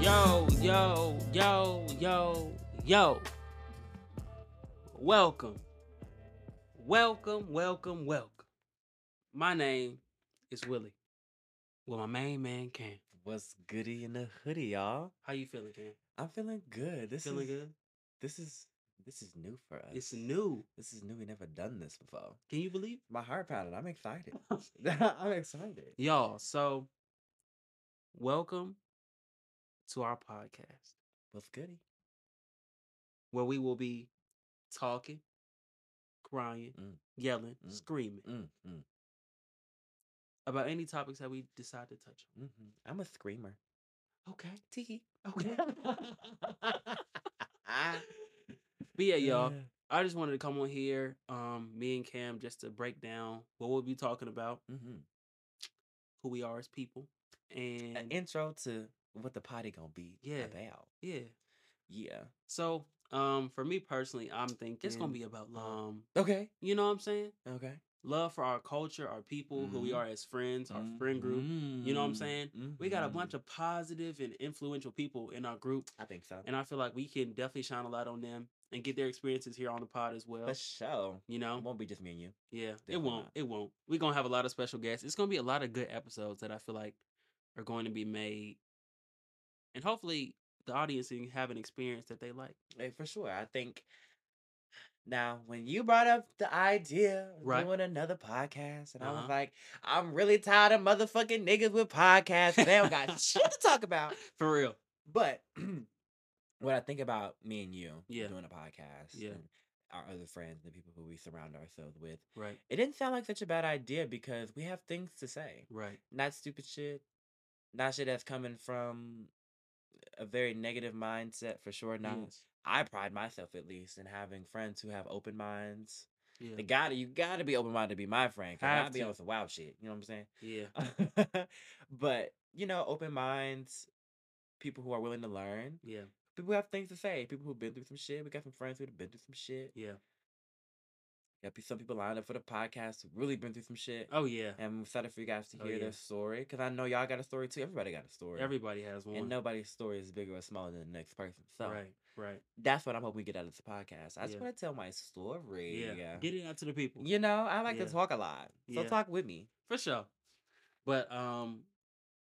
Yo, yo, yo, yo, yo. Welcome. Welcome, welcome, welcome. My name is Willie. Well, my main man, Cam. What's goody in the hoodie, y'all? How you feeling, Cam? I'm feeling good. This feeling is good? this is this is new for us. It's new. This is new. We never done this before. Can you believe? My heart pounded. I'm excited. I'm excited. Y'all, so welcome to our podcast What's goody? where we will be talking, crying, Mm. yelling, Mm. screaming Mm, mm, about any topics that we decide to touch hmm I'm a screamer. on. Okay. Tiki. Okay. but yeah, y'all, I just wanted to come on here, um, me and Cam, just to break down what we'll be talking about, hmm who we are as people, and, An intro to what the potty gonna be Yeah. about. yeah. Yeah. So, um, for me personally, I'm thinking it's gonna And, be about uh, um, Okay. you know what I'm saying? Okay. Love for our culture, our people, who we Mhm. are as friends, our friend group. know Mm-hmm. what I'm saying? We got a bunch of positive and influential people in our group, I think so. and I feel like we can definitely shine a light on them and get their experiences here on the pod as well. For sure. You know, It won't be just me and you. Yeah, it Definitely won't. not. It won't. We're gonna have a lot of special guests. It's gonna be a lot of good episodes that I feel like are going to be made, and hopefully the audience can have an experience that they like. Like, for sure. I think now when you brought up the idea of Right. doing another podcast, and I Uh-huh. was like, I'm really tired of motherfucking niggas with podcasts. and They don't got shit to talk about. For real. But when I think about me and you Yeah. doing a podcast Yeah. and our other friends and the people who we surround ourselves with, Right. it didn't sound like such a bad idea because we have things to say. Right. Not stupid shit. Not shit that's coming from a very negative mindset for sure. Not Yes. I pride myself at least in having friends who have open minds. Yeah. They gotta you gotta be open minded to be my friend because Have I'll be to. on some wild shit. You know what Yeah. I'm saying? but you know, open minds, people who are willing to learn, Yeah. people who have things to say, people who've been through some shit. We got some friends who've been through some shit. Yeah. Got pe- some people lined up for the podcast who really been through some shit. Oh yeah. And I'm excited for you guys to Oh, hear yeah. their story because I know y'all got a story too. Everybody got a story, Everybody has one. and nobody's story is bigger or smaller than the next person. So Right. Right. that's what I'm hoping we get out of this podcast. I just Yeah. want to tell my story. Yeah. Get it out to the people You know, I like Yeah. to talk a lot. So Yeah. talk with me. for sure. But um,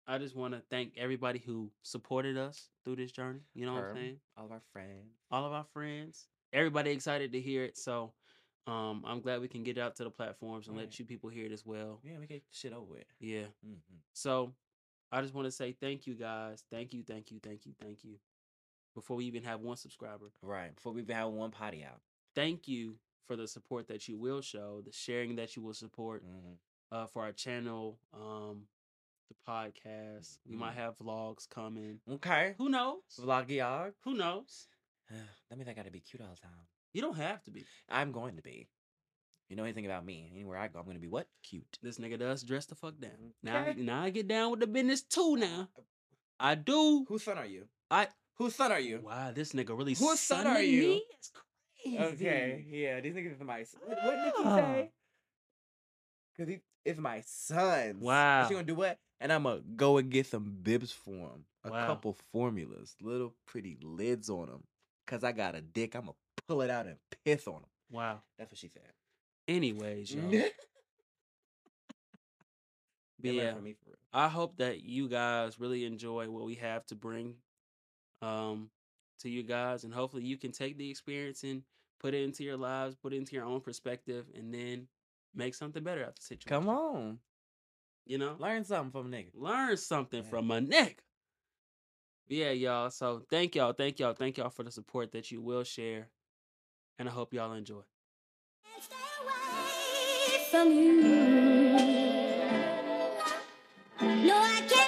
I just want to thank everybody who supported us through this journey. You know what I'm Her, saying? All of our friends. all of our friends. Everybody excited to hear it. So um, I'm glad we can get it out to the platforms and let Right. you people hear it as well. Yeah, we get shit over with. Yeah. hmm So I just want to say thank you guys. Thank you, thank you, thank you, thank you. Before we even have one subscriber, Right. Before we even have one potty out. thank you for the support that you will show, the sharing that you will support Mhm. uh, for our channel, um, the podcast. We might Mhm. have vlogs coming. Okay. Who knows? Vlog y'all. Who knows? that means I gotta be cute all the time. You don't have to be. I'm going to be. You know anything about me? Anywhere I go, I'm gonna be what? Cute. This nigga does dress the fuck down. Now, I, Okay. now I get down with the business too. Now I do. Whose son are you? I- Whose son are you? Wow, this nigga really. Whose son are sunning you? me? It's crazy. Okay, yeah, these niggas are my. s- What, what did he say? Cause he is my sons. And Wow. she gonna do what? And I'ma go and get some bibs for him. A Wow. couple formulas, little pretty lids on them. Cause I got a dick. I'ma pull it out and piss on him. Wow. That's what she said. Anyways, y'all. They But learn yeah, from me for real. I hope that you guys really enjoy what we have to bring, um, to you guys, and hopefully you can take the experience and put it into your lives, put it into your own perspective, and then make something better out of the situation. Come on, You know, learn something from a nigga. learn something Yeah. from a nigga. Yeah, y'all. So thank y'all, thank y'all, thank y'all for the support that you will share. And I hope y'all enjoy. from you. No, I can't. Oh,